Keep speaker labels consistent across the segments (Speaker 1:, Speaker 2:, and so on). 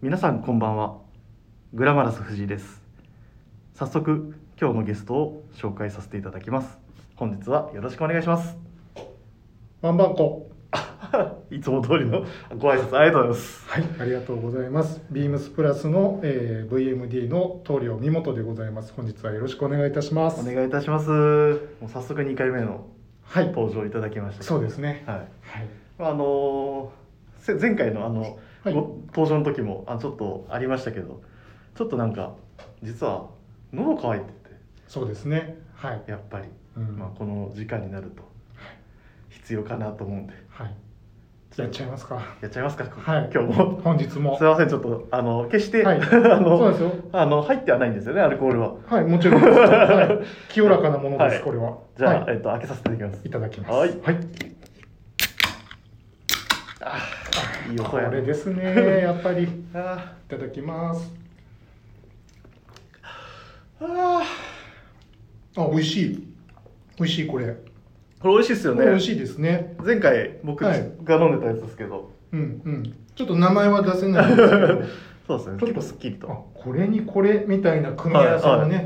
Speaker 1: 皆さんこんばんはグラマラス藤井です早速今日のゲストを紹介させていただきます本日はよろしくお願いします
Speaker 2: ワンバンコ。
Speaker 1: いつも通りのご挨拶ありがとうございます
Speaker 2: はい、ありがとうございます。ビームスプラスの、えー VMD の棟梁見本でございます。本日はよろしくお願いいたします。
Speaker 1: お願いいたしますもう早速2回目の
Speaker 2: はい、
Speaker 1: 登場いただきました
Speaker 2: そうですね。
Speaker 1: はい
Speaker 2: はい。
Speaker 1: まああのせ前回のあの、
Speaker 2: はい
Speaker 1: ご登場の時もあちょっとありましたけどちょっとなんか実は喉乾いて
Speaker 2: そうですね。はい。
Speaker 1: てやっぱり、
Speaker 2: うん
Speaker 1: まあ、この時間になると必要かなと思うんで
Speaker 2: はい。やっちゃいますか。
Speaker 1: やっちゃいますか、
Speaker 2: はい
Speaker 1: 今日も
Speaker 2: 本日も
Speaker 1: すい。ませんちょっとあの決して、
Speaker 2: はい
Speaker 1: あ
Speaker 2: そう
Speaker 1: の
Speaker 2: ですよ。
Speaker 1: あの入ってはないんですよねアルコールは
Speaker 2: はい、もちろんです。はい清らかなもので
Speaker 1: はい
Speaker 2: す。これは。
Speaker 1: じゃあ、
Speaker 2: は
Speaker 1: えっと開けさせていただきます
Speaker 2: い。いただきます。
Speaker 1: はい
Speaker 2: はい。
Speaker 1: いい音
Speaker 2: こ
Speaker 1: や
Speaker 2: れですすね。やっぱり。い
Speaker 1: あ
Speaker 2: ただきます。
Speaker 1: ーあ
Speaker 2: あ、美味しい。美味しい、これ。
Speaker 1: ーこれ美味しいですよ
Speaker 2: こ
Speaker 1: ね
Speaker 2: れ美味しいですね。
Speaker 1: 前回僕が
Speaker 2: はい
Speaker 1: 飲んでたやつですけ ど、
Speaker 2: うんうん、ちょっと名前は出せないんですけ
Speaker 1: そうですね
Speaker 2: ちょっ
Speaker 1: 結
Speaker 2: と
Speaker 1: 構すっきり
Speaker 2: ど
Speaker 1: と
Speaker 2: あこれにこれみたいな組み合わせがね、
Speaker 1: は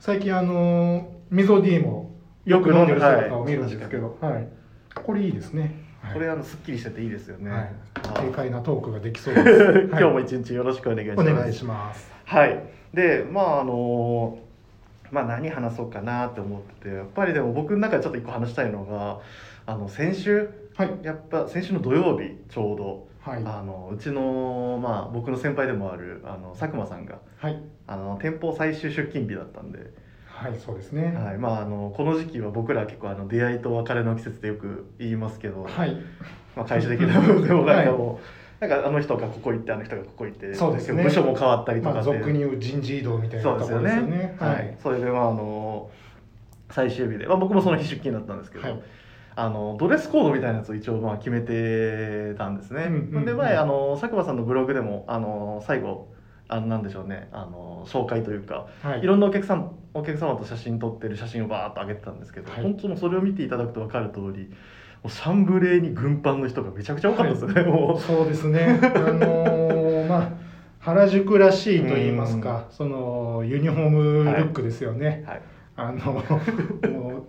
Speaker 2: 最近あのーミゾ D もよく飲んでる姿を見るんですけど、はいこれいいですね、はい
Speaker 1: これあのすっきりしてていいですよね。
Speaker 2: はい
Speaker 1: はい、
Speaker 2: 軽快なトークができそうで す
Speaker 1: 今日も
Speaker 2: はい
Speaker 1: 一日よろしくお願いし
Speaker 2: お
Speaker 1: ます。
Speaker 2: 願いします
Speaker 1: はい。で、まああのまあ何話そうかなって思ってて、やっぱりでも僕の中でちょっと一個話したいのが、あの先週
Speaker 2: はい
Speaker 1: やっぱ先週の土曜日ちょうど、
Speaker 2: はい
Speaker 1: あのうちのまあ僕の先輩でもあるあの佐久間さんが
Speaker 2: はい
Speaker 1: あの店舗最終出勤日だったんで、
Speaker 2: はいそうですね
Speaker 1: はい。まああのこの時期は僕ら結構あの出会いと別れの季節ってよく言いますけど、
Speaker 2: はい
Speaker 1: まあ、会社的な部分でもなんか
Speaker 2: はい
Speaker 1: もう、なんかあの人がここ行ってあの人がここ行って
Speaker 2: そうですね
Speaker 1: 部署も変わったりと
Speaker 2: ま
Speaker 1: か
Speaker 2: あ
Speaker 1: っていう、
Speaker 2: 俗に言う人事異動みたいな
Speaker 1: そう
Speaker 2: と
Speaker 1: で
Speaker 2: こ
Speaker 1: す
Speaker 2: ろ
Speaker 1: よ
Speaker 2: で
Speaker 1: ね
Speaker 2: すよ
Speaker 1: は
Speaker 2: ね
Speaker 1: い、それでまああの最終日で、まあ、僕もその日出勤だったんですけど、
Speaker 2: はい
Speaker 1: あのドレスコードみたいなやつを一応まあ決めてたんですね、
Speaker 2: うんうんうん
Speaker 1: で前あの佐久間さんのブログでもあの最後あのなんでしょうねあの紹介というか、
Speaker 2: はい
Speaker 1: い、ろんなお客さんお客様と写真撮ってる写真をバーっと上げてたんですけど、
Speaker 2: はい
Speaker 1: 本当もうそれを見ていただくと分かる通りもうシャンブレーに軍パンの人がめちゃくちゃ多かったですよね、 もう
Speaker 2: そうですね。あのーまあ原宿らしいと言いますか、そのユニフォームルックですよね。
Speaker 1: はい、
Speaker 2: あのもう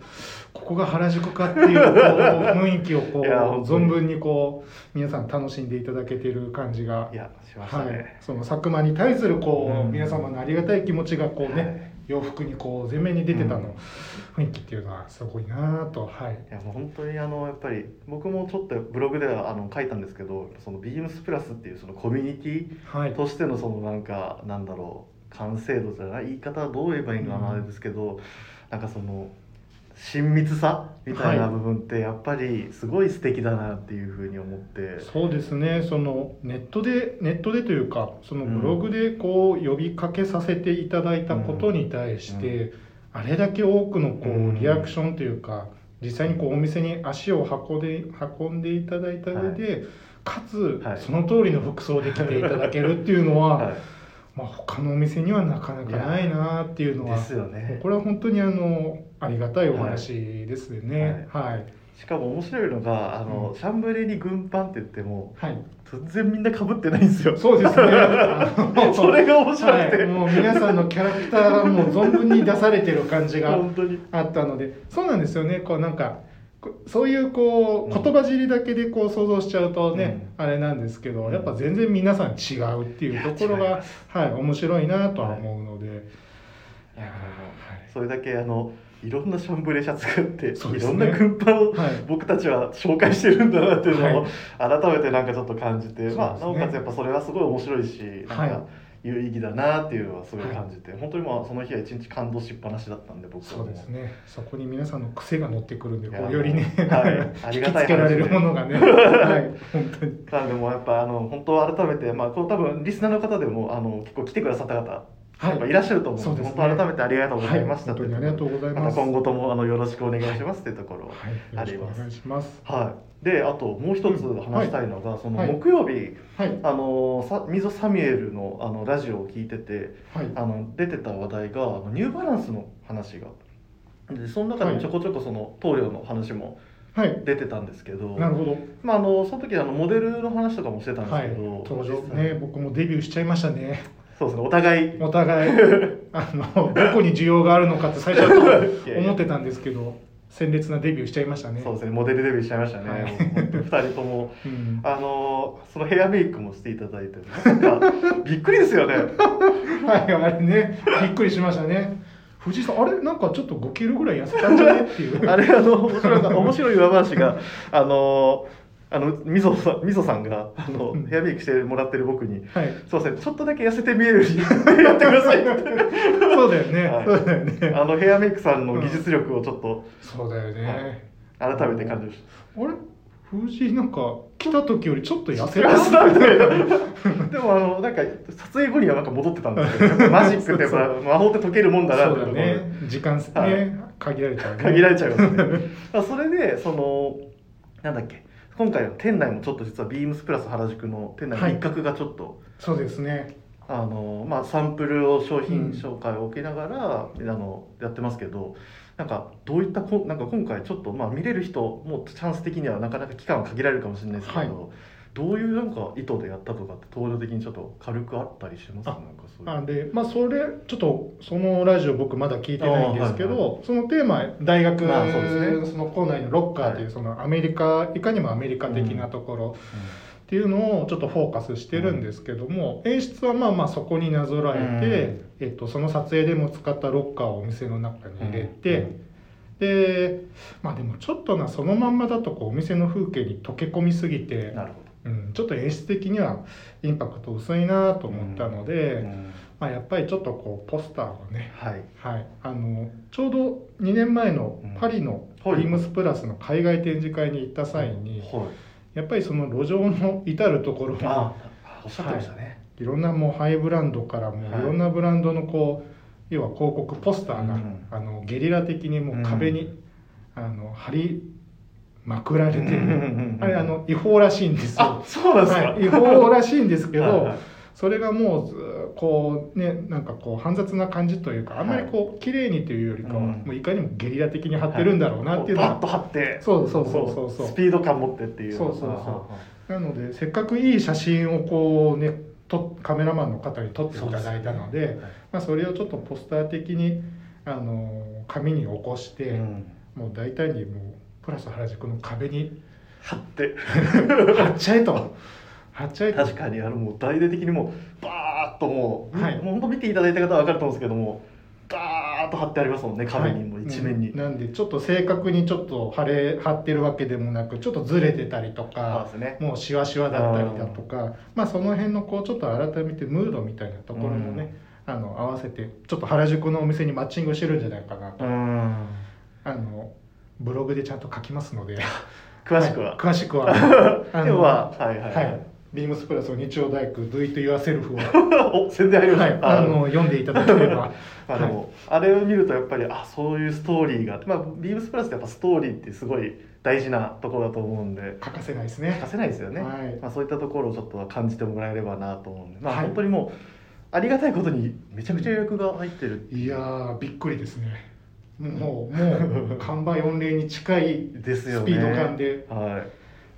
Speaker 2: ここが原宿かっていうこう雰囲気をこう
Speaker 1: いや本当に
Speaker 2: 存分にこう皆さん楽しんでいただけている感じが
Speaker 1: い。やしました
Speaker 2: は
Speaker 1: ね、
Speaker 2: い、その佐久間に対するこう、
Speaker 1: うん
Speaker 2: 皆様のありがたい気持ちがこうね、
Speaker 1: はい
Speaker 2: 洋服にこう前面に出てたの、雰囲気っていうのはすごいなぁとはい
Speaker 1: いやもう本当にあのやっぱり僕もちょっとブログではあの書いたんですけどそのビームスプラスっていうそのコミュニティ
Speaker 2: はい
Speaker 1: としてのそのなんかなんだろう完成度じゃない言い方はどう言えばいいのかな
Speaker 2: うん
Speaker 1: あれですけど、なんかその親密さみたいな
Speaker 2: はい
Speaker 1: 部分ってやっぱりすごい素敵だなっていうふうに思って、
Speaker 2: そうですねそのネットでネットでというかそのブログでこう呼びかけさせていただいたことに対して、あれだけ多くのこ
Speaker 1: うん
Speaker 2: うリアクションというか、実際にこうお店に足を運んで運んでいただいた上で、かつ、
Speaker 1: はい
Speaker 2: その通りの服装で来ていただけるっていうのは、
Speaker 1: はい
Speaker 2: まあ、他のお店にはなかなかないなっていうのは
Speaker 1: ですよ
Speaker 2: もう
Speaker 1: ね
Speaker 2: これは本当にあのありがたいお話ですね。はい、
Speaker 1: しかも面白いのがあの、
Speaker 2: うん
Speaker 1: シャンブレーに軍パンって言っても
Speaker 2: はい
Speaker 1: 全然みんな被ってないんですよ
Speaker 2: そ うですね。あの
Speaker 1: それが面白く
Speaker 2: は
Speaker 1: て、
Speaker 2: い、もう皆さんのキャラクターがもう存分に出されてる感じが
Speaker 1: 本当に
Speaker 2: あったのでそうなんですよねこうなんかこそういうこ
Speaker 1: うん
Speaker 2: う言葉尻だけでこう想像しちゃうとね、あれなんですけど、
Speaker 1: うん
Speaker 2: やっぱ全然皆さん違うっていうとこ
Speaker 1: いや違い
Speaker 2: ろが
Speaker 1: ま、
Speaker 2: はい、面白いなとは思うので、い
Speaker 1: いや
Speaker 2: や
Speaker 1: それだけあのいろんなシャンブレーシャツがあって、
Speaker 2: そうで
Speaker 1: い
Speaker 2: す
Speaker 1: ろ
Speaker 2: ね
Speaker 1: んな軍パンを
Speaker 2: ーはい、はい
Speaker 1: 僕たちは紹介してるんだなっていうのを
Speaker 2: は
Speaker 1: 改めてなんかちょっと感じて、
Speaker 2: そう
Speaker 1: まあ、
Speaker 2: です
Speaker 1: な
Speaker 2: ね
Speaker 1: おかつやっぱそれはすごい面白いしなん
Speaker 2: はい
Speaker 1: か有意義だなっていうのはすごい感じて、本当にまあその日は一日感動しっぱなしだったんで僕は
Speaker 2: そうです
Speaker 1: も
Speaker 2: ねそこに皆さんの癖が乗ってくるんで
Speaker 1: いや
Speaker 2: こうよりね、
Speaker 1: はいあり
Speaker 2: 引
Speaker 1: が
Speaker 2: き
Speaker 1: たい話
Speaker 2: つけられるものがね、はい、本当に
Speaker 1: なんでもうやっぱあの本当改めて、まあ、この多分リスナーの方でもあの結構来てくださった方、やっぱいらっしゃると思うんで
Speaker 2: そうですね
Speaker 1: 本当改めてありがとうございました
Speaker 2: は
Speaker 1: っ
Speaker 2: い、
Speaker 1: て
Speaker 2: 本
Speaker 1: い
Speaker 2: 当
Speaker 1: う
Speaker 2: に
Speaker 1: ところ
Speaker 2: ありがとうござい
Speaker 1: ま
Speaker 2: ま
Speaker 1: た
Speaker 2: す。
Speaker 1: 今後ともあのよろしくお願いしますっていうところを
Speaker 2: はい、よろしくお願いします。
Speaker 1: はい、であともう一つ話したいのが、その木曜日、
Speaker 2: はい、
Speaker 1: あのさ溝サミュエルのあのラジオを聞いてて
Speaker 2: はい、
Speaker 1: あの出てた話題があのニューバランスの話がでその中でもちょこちょこその棟梁の話も
Speaker 2: はい
Speaker 1: 出てたんですけど、
Speaker 2: なるほど
Speaker 1: まあ、あのその時あのモデルの話とかもしてたんです
Speaker 2: は
Speaker 1: け
Speaker 2: い
Speaker 1: ど、
Speaker 2: 登場
Speaker 1: 実際
Speaker 2: ね僕もデビューしちゃいましたね
Speaker 1: そうですねお互い
Speaker 2: お互いあのどこに需要があるのかって最初はちょっと思ってたんですけど鮮烈なデビューしちゃいましたね
Speaker 1: そうですねモデルデビューしちゃいましたね、
Speaker 2: はい
Speaker 1: もう本当二人とも
Speaker 2: うん
Speaker 1: あのそのヘアメイクもしていただいてなんかびっくりですよね
Speaker 2: はい、あれね、びっくりしましたね。藤井さん、あれ、なんかちょっと5キロぐらい痩せたんじゃねっていう。
Speaker 1: あれあの面白い面白い裏話があのあのみぞさんみぞさんがあの
Speaker 2: うん
Speaker 1: ヘアメイクしてもらってる僕に
Speaker 2: はい。
Speaker 1: 「すいませんちょっとだけ痩せて見えるように やってください」って
Speaker 2: そうだよね。
Speaker 1: はい
Speaker 2: そうだよね。
Speaker 1: あのヘアメイクさんの技術力をちょっと
Speaker 2: そうだよね。
Speaker 1: 改めて感じました
Speaker 2: あれ、藤井なんか来た時よりちょっと痩せ
Speaker 1: プラ
Speaker 2: た。
Speaker 1: スだみたいなでもあのなんか撮影後にはなんか戻ってたんですけど やっぱマジックってやっぱ魔法って解けるもんだなって
Speaker 2: そ
Speaker 1: いうう
Speaker 2: だ
Speaker 1: ところで
Speaker 2: ね。時間ね、
Speaker 1: はい
Speaker 2: 限られちゃう、ね。
Speaker 1: 限られちゃいますねまあそれでそのなんだっけ今回は店内もちょっと実はビームスプラス原宿の店内の
Speaker 2: はい
Speaker 1: 一角がちょっと、
Speaker 2: そうですね。
Speaker 1: あのまあ、サンプルを商
Speaker 2: うん
Speaker 1: 品紹介を受けながら、あのやってますけどなんかどういったこなんか今回ちょっと、まあ、見れる人もチャンス的にはなかなか期間は限られるかもしれないですけど、
Speaker 2: はい
Speaker 1: どういうなんか意図でやったとかって登場的にちょっと軽くあったりします
Speaker 2: あ
Speaker 1: なんかそういう
Speaker 2: あで、まあ、それ、ちょっと、そのラジオ僕まだ聞いてないんですけ
Speaker 1: あーはい
Speaker 2: ど、そのテーマ、大学、
Speaker 1: まあそうですね
Speaker 2: その校内のロッカーという、
Speaker 1: はい
Speaker 2: そのアメリカ、いかにもアメリカ的なところ、っていうのをちょっとフォーカスしてるんですけども、演出はまあまあそこになぞらえて、えっと、その撮影でも使ったロッカーをお店の中に入れて、でまあでもちょっとなそのまんまだとこうお店の風景に溶け込みすぎ
Speaker 1: うん
Speaker 2: て、
Speaker 1: なるほ
Speaker 2: うん、ちょっと演出的にはインパクト薄いなと思ったので、
Speaker 1: ど、うん
Speaker 2: まあ、やっぱりちょっとこうポスターをね
Speaker 1: はい
Speaker 2: はい、あのちょうど2年前のパリの
Speaker 1: うんはい
Speaker 2: ビームスプラスの海外展示会に行った際に、
Speaker 1: は
Speaker 2: やっぱりその路上の至る所
Speaker 1: い、
Speaker 2: に
Speaker 1: あおっしゃってましたね、
Speaker 2: いろんなもうハイブランドからもうい
Speaker 1: はい
Speaker 2: ろんなブランドのこう要は広告ポスターが、
Speaker 1: うん
Speaker 2: あのゲリラ的にもう壁に、あの貼りまくられて
Speaker 1: うんうんうんうん
Speaker 2: るあれあの違法らしいんです
Speaker 1: あ
Speaker 2: よ、
Speaker 1: そうなんですか、
Speaker 2: はい、違法らしいんですけ
Speaker 1: はいは
Speaker 2: ど
Speaker 1: い
Speaker 2: それがもうずーこうねなんかこう煩雑な感じというかあんまりこう綺麗にというよりかは、
Speaker 1: うん
Speaker 2: もういかにもゲリラ的に貼ってるんだろうなっていうの
Speaker 1: パ
Speaker 2: は、
Speaker 1: ッと張って
Speaker 2: そうそうそうそうそう
Speaker 1: スピード感持ってっていう
Speaker 2: そうそうそう
Speaker 1: あああ
Speaker 2: なのでせっかくいい写真をこうねとカメラマンの方に撮っていただいたので
Speaker 1: そうですね
Speaker 2: まあ、それをちょっとポスター的にあの紙に起こして、
Speaker 1: うん
Speaker 2: もう大胆にもうプラス原宿の壁に
Speaker 1: 張って
Speaker 2: 貼っちゃえと貼っちゃえと
Speaker 1: 確かにあのもう大々的にもうバーッともう、
Speaker 2: はい
Speaker 1: 本当見ていただいた方は分かると思うんですけどもバーッと貼ってありますもんね壁にも
Speaker 2: はい
Speaker 1: 一面に、
Speaker 2: うんなんでちょっと正確にちょっと貼れ貼ってるわけでもなくちょっとずれてたりと
Speaker 1: そう
Speaker 2: か
Speaker 1: で。すね
Speaker 2: もうしわしわだったりだとかまあその辺のこうちょっと改めてムードみたいなところもね、あの合わせてちょっと原宿のお店にマッチングしてるんじゃないかなと、
Speaker 1: うん
Speaker 2: あのブログでちゃんと書きますので
Speaker 1: 詳しくは、
Speaker 2: 詳し くはあの
Speaker 1: でははいはい、
Speaker 2: は
Speaker 1: はいい、、
Speaker 2: ビームスプラスの日曜大工 Do It Yourself を、
Speaker 1: お宣伝入りま
Speaker 2: は
Speaker 1: し
Speaker 2: い、
Speaker 1: た、
Speaker 2: あの読んでいただけれ ば
Speaker 1: まあでも、あれを見るとやっぱりあそういうストーリーがあって、まあ、ビームスプラスってやっぱストーリーってすごい大事なところだと思うんで
Speaker 2: 欠かせないですね
Speaker 1: 欠かせないですよね、
Speaker 2: はい
Speaker 1: まあ、そういったところをちょっと感じてもらえればなと思うんで、まあ、
Speaker 2: はい
Speaker 1: 本当にもうありがたいことにめちゃくちゃ予約が入ってる
Speaker 2: いやーびっくりですねもうもう完売御礼に近 い
Speaker 1: ですよね
Speaker 2: スピード感で
Speaker 1: は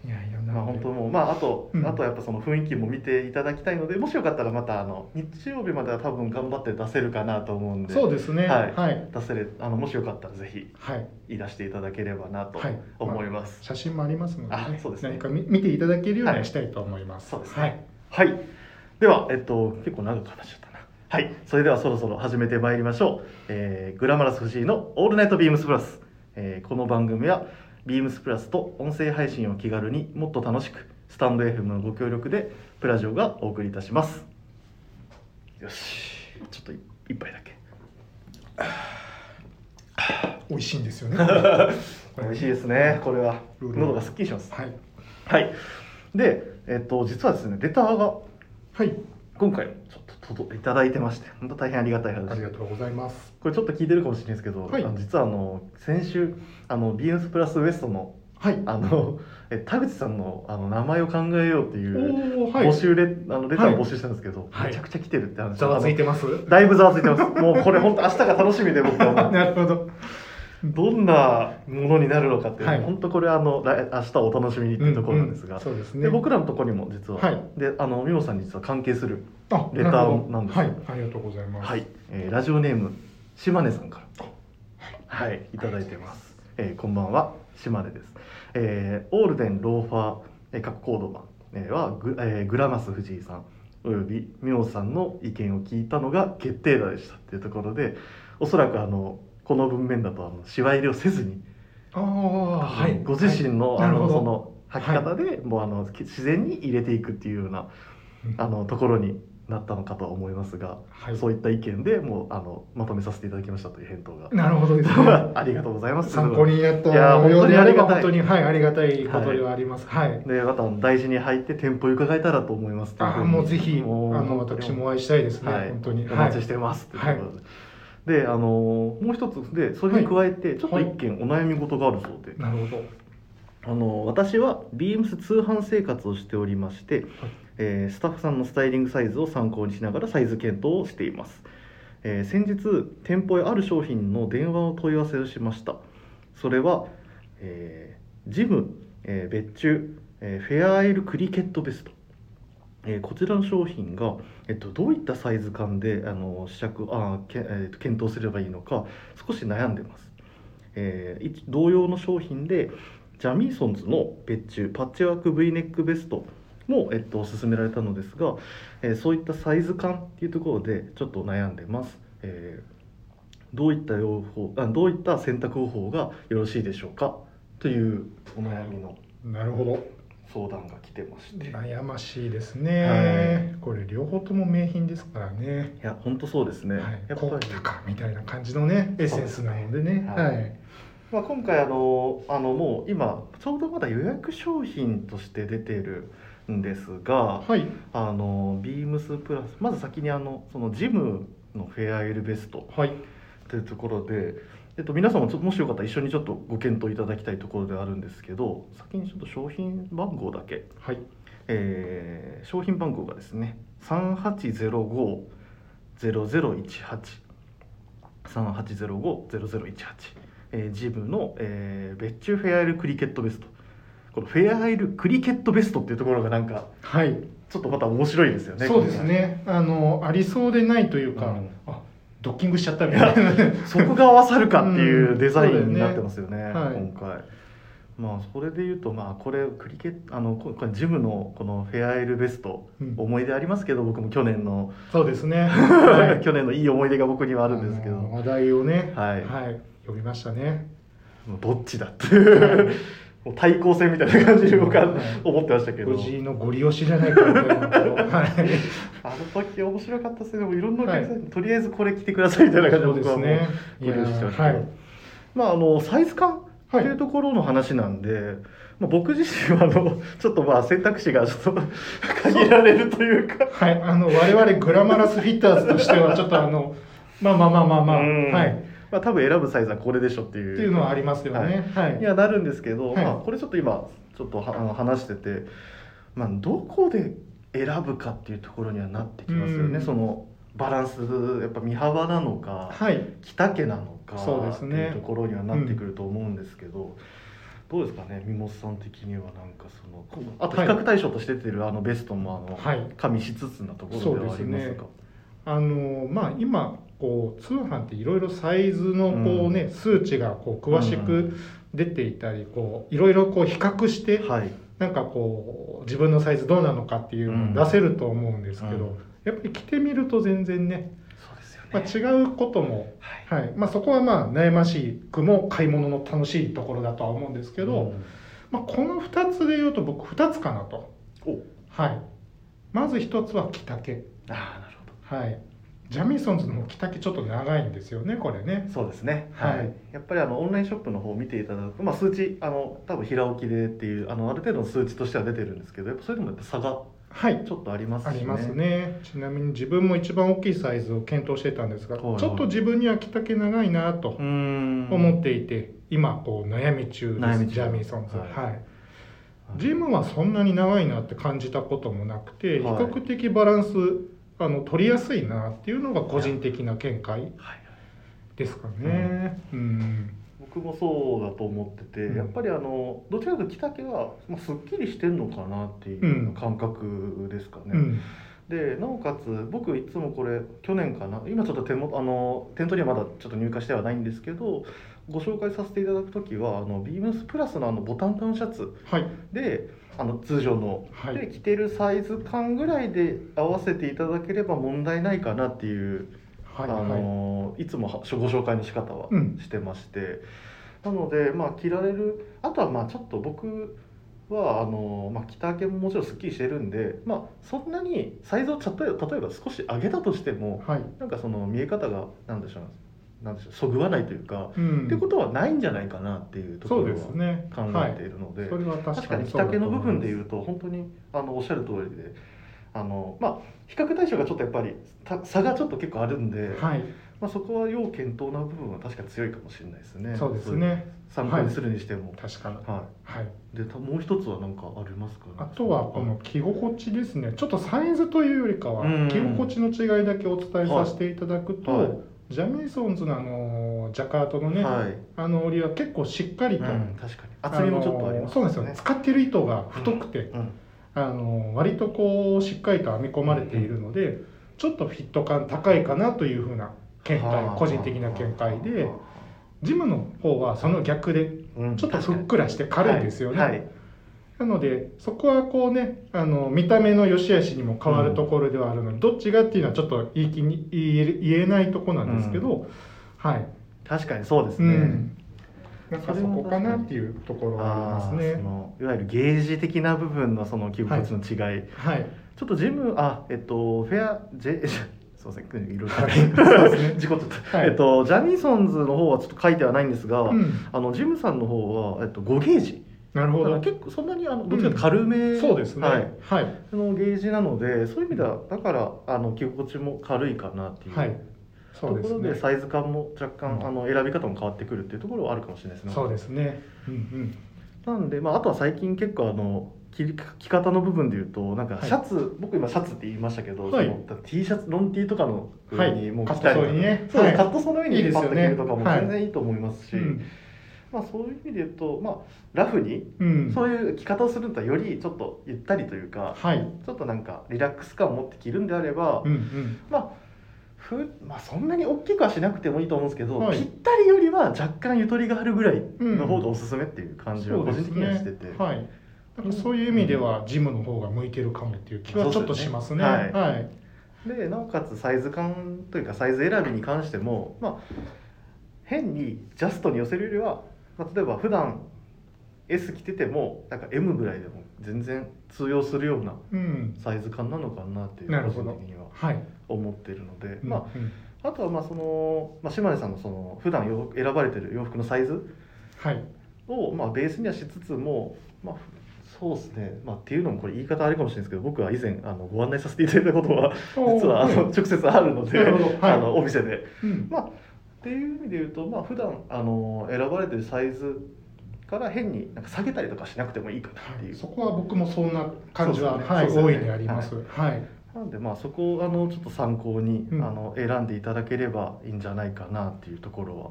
Speaker 1: い
Speaker 2: いやいや
Speaker 1: まあ、本当もうまああと、
Speaker 2: うん
Speaker 1: あとはやっぱその雰囲気も見ていただきたいのでもしよかったらまたあの日曜日までは多分頑張って出せるかなと思うんで
Speaker 2: そうですね
Speaker 1: は
Speaker 2: はいいはい、
Speaker 1: 出せれあのもしよかったらぜひ
Speaker 2: はい
Speaker 1: いらしていただければなと思います、
Speaker 2: 写真もありますので,、
Speaker 1: あそうですね
Speaker 2: 何か見見ていただけるよう
Speaker 1: はい
Speaker 2: にしたいと思います、
Speaker 1: そうですねはい、では、えっと、結構長く話しちゃったな。はい、それではそろそろ始めてまいりましょう。えーグラマラス藤井のオールナイトビームスプラス。えーこの番組はビームスプラスと音声配信を気軽にもっと楽しくスタンド FM のご協力でプラジオがお送りいたします。よし、ちょっとい一杯だけ。
Speaker 2: はい、美味しいんです よねこれ
Speaker 1: 美味しいですね。これは
Speaker 2: ルールは
Speaker 1: 喉がすっきりします。
Speaker 2: はい
Speaker 1: はい。で、えっと実はですね、レターが
Speaker 2: はい
Speaker 1: 今回ちょっと届いただいてまして、本当大変ありがたい話です
Speaker 2: ありがとうございます
Speaker 1: これちょっと聞いてるかもしれないですけど、
Speaker 2: はい
Speaker 1: あの実はあの先週あのビームスプラスウエストの
Speaker 2: はい
Speaker 1: あの え田口さんのあの名前を考えようっていう
Speaker 2: おおはい
Speaker 1: 募集レ、あのレターを募集したんですけど、
Speaker 2: はい
Speaker 1: めちゃくちゃ来てるって話
Speaker 2: ざわつい
Speaker 1: て
Speaker 2: てます
Speaker 1: だいぶざわついてますもうこれ本当明日が楽しみで僕はもう
Speaker 2: なるほど。
Speaker 1: どんなものになるのかっていうのは、
Speaker 2: はい
Speaker 1: 本当これはあの来明日お楽しみにっていうところなんですが、
Speaker 2: うんうんそうですね
Speaker 1: で僕らのところにも実は、
Speaker 2: はい
Speaker 1: であの美穂さんに実は関係する、
Speaker 2: あ
Speaker 1: レターなんですよ
Speaker 2: なるほどはいありがとうございます
Speaker 1: はいえーラジオネーム島根さんからはいいただいてます、えーこんばんは島根です、えーオールデンローファー、えー、各コードマンえーはグ,、えーグラマス藤井さんおよび美穂さんの意見を聞いたのが決定打でしたっていうところでおそらくあのこの文面だとあの芝入れをせずに
Speaker 2: ああはい
Speaker 1: ご自身の,、
Speaker 2: はい
Speaker 1: あ
Speaker 2: なる
Speaker 1: の
Speaker 2: ほど
Speaker 1: その履き方で、もうあのき自身に入れていくっていうようなあのところになったのかとは思いますが、
Speaker 2: はい
Speaker 1: そういった意見でもうあのまとめさせていただきましたという返答が、
Speaker 2: なる ほどですね
Speaker 1: ありがとうございます
Speaker 2: 参考になっ
Speaker 1: いや
Speaker 2: た
Speaker 1: 本
Speaker 2: よ
Speaker 1: 当
Speaker 2: う
Speaker 1: に
Speaker 2: で
Speaker 1: あ
Speaker 2: あ
Speaker 1: り
Speaker 2: れ
Speaker 1: が
Speaker 2: ば
Speaker 1: たい
Speaker 2: 本当にはいありがたいことではありますはい
Speaker 1: でまた大事に履いて店舗伺えたらと思います
Speaker 2: ああもうぜひあ
Speaker 1: もう
Speaker 2: の私もお会いしたいですね、
Speaker 1: はい
Speaker 2: 本当に
Speaker 1: お
Speaker 2: は
Speaker 1: 待ち
Speaker 2: い
Speaker 1: してますということで、であのもう一つでそれに加えて、ちょっと一件お悩み事があるそうで、
Speaker 2: なるほど
Speaker 1: あの私はビームス通販生活をしておりまして、えースタッフさんのスタイリングサイズを参考にしながらサイズ検討をしています、えー先日店舗へある商品の電話の問い合わせをしましたそれは、えージム、えー別注、えーフェアアイルクリケットベスト、えーこちらの商品が、えっと、どういったサイズ感であの試着あーけ、えーと検討すればいいのか少し悩んでます、えーい同様の商品でジャミーソンズの別注パッチワーク V ネックベストも、えっと、勧められたのですが、えーそういったサイズ感っていうところでちょっと悩んでます、えーどういった用法あどういった選択方法がよろしいでしょうかというお悩みの
Speaker 2: なるほど
Speaker 1: 相談が来てましてい
Speaker 2: 悩ましいですね、これ両方とも名品ですからね、
Speaker 1: や本当そうですね、
Speaker 2: はい、
Speaker 1: やっぱ
Speaker 2: こう
Speaker 1: り
Speaker 2: 高みたいな感じのねエッセンスなの
Speaker 1: そ
Speaker 2: でね
Speaker 1: うですね
Speaker 2: は、
Speaker 1: はいまあ、今回あのあのもう今ちょうどまだ予約商品として出てるんですが
Speaker 2: はい
Speaker 1: あのビームスプラスまず先にあのそのジムのフェアエルベスト
Speaker 2: はい
Speaker 1: というところで、えっと、皆さんもちょっともしよかったら一緒にちょっとご検討いただきたいところではあるんですけど先にちょっと商品番号だけ、
Speaker 2: はい
Speaker 1: えー商品番号がですね3805-00183805-0018、えー、ジムの、えー別注フェアエルクリケットベストこのフェアエルクリケットベストっていうところがなんか
Speaker 2: はい、
Speaker 1: ちょっとまた面白いですよね
Speaker 2: そうですねあのありそうでないというか、
Speaker 1: うん
Speaker 2: あドッキングしちゃったみ たいな
Speaker 1: そこが合わさるかってい
Speaker 2: うん
Speaker 1: うデザインになってますよね,、
Speaker 2: そうだよねはい
Speaker 1: 今回。まあそれで言うとまあこれクリケットあのここれジムのこのフェアエルベスト、
Speaker 2: うん
Speaker 1: 思い出ありますけど僕も去年の、
Speaker 2: そうです ね、は
Speaker 1: 去年のいい思い出が僕にはあるんですけ
Speaker 2: あの
Speaker 1: ど、
Speaker 2: 話題をね
Speaker 1: はい
Speaker 2: 呼びましたね
Speaker 1: もうどっちだっていう もう対抗戦みたいな感じで僕は思ってましたけど、
Speaker 2: 藤井のご利用しじゃないかみたいなことを はい
Speaker 1: あの時面白かったですね。もういろんなお客さんに、
Speaker 2: は
Speaker 1: とりあえずこれ着てくださいみたいな感じで
Speaker 2: そ
Speaker 1: 僕
Speaker 2: うで
Speaker 1: は
Speaker 2: す
Speaker 1: もう
Speaker 2: ね
Speaker 1: ご利用してました
Speaker 2: い
Speaker 1: けど
Speaker 2: やはい
Speaker 1: まああのサイズ感って
Speaker 2: はい
Speaker 1: いうところの話なんで、まあ、僕自身はあの ちょっとまあ選択肢がちょっと 限られるというか
Speaker 2: はい、あの我々グラマラスフィッターズとしてはちょっとあのまあまあまあまあまあ、
Speaker 1: うん
Speaker 2: はいっ
Speaker 1: まあ、多分選ぶサイズはこれでしょっていう
Speaker 2: ていうのはありますよね。はい。
Speaker 1: にはなるんですけど、
Speaker 2: はい
Speaker 1: まあ、これちょっと今ちょっとはあの話してて、まあ、どこで選ぶかっていうところにはなってきますよね、
Speaker 2: うん
Speaker 1: そのバランスやっぱ身幅なのか、
Speaker 2: はい。
Speaker 1: 着丈なのか
Speaker 2: そうですね
Speaker 1: っていうところにはなってくると思うんですけど、どうですかね三本さん的にはなんかそのあと比
Speaker 2: はい
Speaker 1: 較対象として出てるあのベストもあの、
Speaker 2: はい
Speaker 1: 加味しつつなところではありますが
Speaker 2: あのまあ今こう通販っていろいろサイズのこうね、数値がこう詳し
Speaker 1: うん
Speaker 2: く出ていたりこういろいろこう比較して
Speaker 1: はい
Speaker 2: なんかこう自分のサイズどうなのかっていうのを出せると思うんですけど、
Speaker 1: うん
Speaker 2: やっぱり着てみると全然ね、
Speaker 1: そうですよね、
Speaker 2: まあ、違うこともはいまあ、そこはまあ悩ましくも買い物の楽しいところだとは思うんですけど、
Speaker 1: うん
Speaker 2: まあ、この2つで言うと僕2つかなと、
Speaker 1: お
Speaker 2: はい、まず1つは着丈、
Speaker 1: ああなるほど
Speaker 2: はい、ジャミーソンズの着丈ちょっと長いんですよねこれね
Speaker 1: そうですね
Speaker 2: はい
Speaker 1: やっぱりあのオンラインショップの方を見ていただくと、まあ、数値あの多分平置きでっていうあのある程度の数値としては出てるんですけどやっぱそれでもやっぱ差が
Speaker 2: はい
Speaker 1: ちょっとありますし
Speaker 2: ありますねちなみに自分も一番大きいサイズを検討してたんですが、
Speaker 1: はいはい
Speaker 2: ちょっと自分には着丈長いなと
Speaker 1: うーん
Speaker 2: 思っていて、今こう悩み中で
Speaker 1: 悩
Speaker 2: す
Speaker 1: み中
Speaker 2: ジャミーソンズ
Speaker 1: はい
Speaker 2: はいジムはそんなに長いなって感じたこともなく
Speaker 1: は
Speaker 2: て、
Speaker 1: い
Speaker 2: 比較的バランスあの取りやすいなっていうのが個人的な見解
Speaker 1: はい
Speaker 2: ですかね。うん
Speaker 1: 僕もそうだと思ってて、
Speaker 2: うん
Speaker 1: やっぱりあのどちらかというと着丈は、まあ、すっきりしてんのかなっていう感覚ですかね。
Speaker 2: うん
Speaker 1: でなおかつ僕いつもこれ去年かな今ちょっと手もあの店頭にはまだちょっと入荷してはないんですけどご紹介させていただく時はあのビームスプラスのあのボタンダウンシャツ
Speaker 2: はい
Speaker 1: であの通常の、
Speaker 2: はい
Speaker 1: で着てるサイズ感ぐらいで合わせていただければ問題ないかなっていう
Speaker 2: はい
Speaker 1: あ
Speaker 2: はい
Speaker 1: のいつもはご紹介の仕方は
Speaker 2: うん
Speaker 1: してまして、なのでまあ着られるあとはまあちょっと僕はあの、まあ、着丈ももちろんすっきりしてるんで、まあ、そんなにサイズをちょっと例えば少し上げたとしても
Speaker 2: はい
Speaker 1: なんかその見え方がなんでしょうなんでしょうそぐわないというか、
Speaker 2: うん
Speaker 1: ってことはないんじゃないかなっていうとこ
Speaker 2: そう
Speaker 1: ろは
Speaker 2: ですね
Speaker 1: 考
Speaker 2: は
Speaker 1: えてい
Speaker 2: い
Speaker 1: るので、
Speaker 2: それは確
Speaker 1: 確か
Speaker 2: か
Speaker 1: に
Speaker 2: に
Speaker 1: 着
Speaker 2: そうだと
Speaker 1: 丈の
Speaker 2: 思
Speaker 1: 部
Speaker 2: い
Speaker 1: 分
Speaker 2: ます
Speaker 1: でいうと本当にあのおっしゃる通りであのまあ比較対象がちょっとやっぱりた差がちょっと結構あるんで、
Speaker 2: はい
Speaker 1: まあ、そこは要検討な部分は確かに強いかもしれないですね
Speaker 2: そうですね
Speaker 1: 参考にするにしても、
Speaker 2: 確かに
Speaker 1: はい
Speaker 2: はい
Speaker 1: でたもう一つは何かありますか、ね、
Speaker 2: あとはこの着心地ですねちょっとサイズというよりか
Speaker 1: うん
Speaker 2: は着心地の違いだけお伝えさせていただくと、
Speaker 1: はい
Speaker 2: ジャミーソンズのあのジャカートのね、
Speaker 1: はい、
Speaker 2: あの織りは結構しっかり
Speaker 1: う
Speaker 2: と、
Speaker 1: ん、確かに厚みもちょっとあります
Speaker 2: あのそうなんですよ使ってる糸が太くて、
Speaker 1: うん
Speaker 2: あの割とこうしっかりと編み込まれているので、ちょっとフィット感高いかなというふうな見解、
Speaker 1: はあ
Speaker 2: 個人的な見解で
Speaker 1: は
Speaker 2: ジムの方はその逆で
Speaker 1: あうん
Speaker 2: ちょっとふっ
Speaker 1: 確
Speaker 2: くらして
Speaker 1: かに
Speaker 2: 軽いですよね、
Speaker 1: はい、はい
Speaker 2: なのでそこはこうねあの見た目の良し悪しにも変わるところではあるので、どっちがっていうのはちょっと言い気に言える言えないとこなんですけど、はい、
Speaker 1: 確かにそうです
Speaker 2: う
Speaker 1: ね、
Speaker 2: ん、なんかそこかなっていうところはあ
Speaker 1: あ
Speaker 2: りま
Speaker 1: ー
Speaker 2: す
Speaker 1: そ
Speaker 2: ね。
Speaker 1: のいわゆるゲージ的な部分のその着心地の違い、
Speaker 2: はい、
Speaker 1: ちょっとジムあえっとフェアジェ すいませんいろいろ
Speaker 2: はいそうですね
Speaker 1: 事故っちゃった、
Speaker 2: はい
Speaker 1: えっとジャニーソンズの方はちょっと書いてはないんですが、
Speaker 2: うん、
Speaker 1: あのジムさんの方は、えっと、5ゲージ
Speaker 2: なるほ
Speaker 1: だから
Speaker 2: ど。
Speaker 1: 結構そんなにあのどっちかというと軽め、
Speaker 2: そうですね。
Speaker 1: は
Speaker 2: はいい、
Speaker 1: そのゲージなのでそういう意味ではだからあの着心地も軽いかなっていう、
Speaker 2: はい、
Speaker 1: と
Speaker 2: そ
Speaker 1: こ
Speaker 2: うです
Speaker 1: ろで
Speaker 2: ね。
Speaker 1: サイズ感も若干、
Speaker 2: うん
Speaker 1: あの選び方も変わってくるっていうところはあるかもしれないですね。
Speaker 2: そうですね。うん
Speaker 1: なんで、まあ、あとは最近結構あの着着方の部分で言うとなんか
Speaker 2: はい
Speaker 1: シャツ、僕今シャツって言いましたけど、
Speaker 2: はい
Speaker 1: その T シャツロン T とかの
Speaker 2: うん。は
Speaker 1: 上に
Speaker 2: い、
Speaker 1: もう
Speaker 2: カ
Speaker 1: 着
Speaker 2: ッ
Speaker 1: た
Speaker 2: ト
Speaker 1: りと
Speaker 2: ソ
Speaker 1: か、
Speaker 2: ーにね。
Speaker 1: そうです、カ
Speaker 2: は
Speaker 1: ットソーの上に
Speaker 2: いいです
Speaker 1: パッ
Speaker 2: よ
Speaker 1: と着
Speaker 2: ね
Speaker 1: るとかも
Speaker 2: はい
Speaker 1: 全然いいと思いますし、
Speaker 2: い。うん、
Speaker 1: まあ、そういう意味で言うと、まあ、ラフに
Speaker 2: うん、
Speaker 1: そういう着方をするんだよりちょっとゆったりというか、
Speaker 2: はい、
Speaker 1: ちょっとなんかリラックス感を持って着るんであれば、
Speaker 2: うんうん、
Speaker 1: まあふまあ、そんなに大きくはしなくてもいいと思うんですけど、
Speaker 2: はい
Speaker 1: ぴったりよりは若干ゆとりがあるぐらいの方がおすすめっていう感じは
Speaker 2: そう
Speaker 1: 個
Speaker 2: です
Speaker 1: 人
Speaker 2: ね
Speaker 1: 的にはしてて、
Speaker 2: はい。なんかそういう意味ではジムの方が向いてるかもっていう気はちょっとしますね。
Speaker 1: そうですよね
Speaker 2: はい、
Speaker 1: でなおかつサイズ感というかサイズ選びに関しても、まあ、変にジャストに寄せるよりは、まあ、例えば普段 S 着ててもなんか M ぐらいでも全然通用するような
Speaker 2: うん、
Speaker 1: サイズ感なのかなっていう
Speaker 2: なる
Speaker 1: 個
Speaker 2: ほど
Speaker 1: 人的には
Speaker 2: はい。
Speaker 1: 思っているので、
Speaker 2: うん
Speaker 1: ま
Speaker 2: うん
Speaker 1: あ、あとはまあその、まあ、島根さんのその普段洋服選ばれてる洋服のサイズ
Speaker 2: はい、
Speaker 1: をまあベースにはしつつも、まあ、そうですね、まあ、っていうのもこれ言い方あれかもしれないですけど僕は以前あのご案内させていただいたことは実はあの
Speaker 2: おー
Speaker 1: 直接あるので、
Speaker 2: なるほどはい
Speaker 1: あのお店で。
Speaker 2: うん、
Speaker 1: まあ、っていう意味で言うと、まあ普段あの選ばれてるサイズから変になんか下げたりとかしなくてもいいかなって。
Speaker 2: はいいうそこは僕もそんな感じ
Speaker 1: そう
Speaker 2: は、
Speaker 1: ですね
Speaker 2: はい、
Speaker 1: そう
Speaker 2: 大
Speaker 1: です
Speaker 2: い
Speaker 1: ね
Speaker 2: にあります。はい、
Speaker 1: なのでまあそこをあのちょっと参考に、
Speaker 2: うん
Speaker 1: あの選んでいただければいいんじゃないかなっていうところは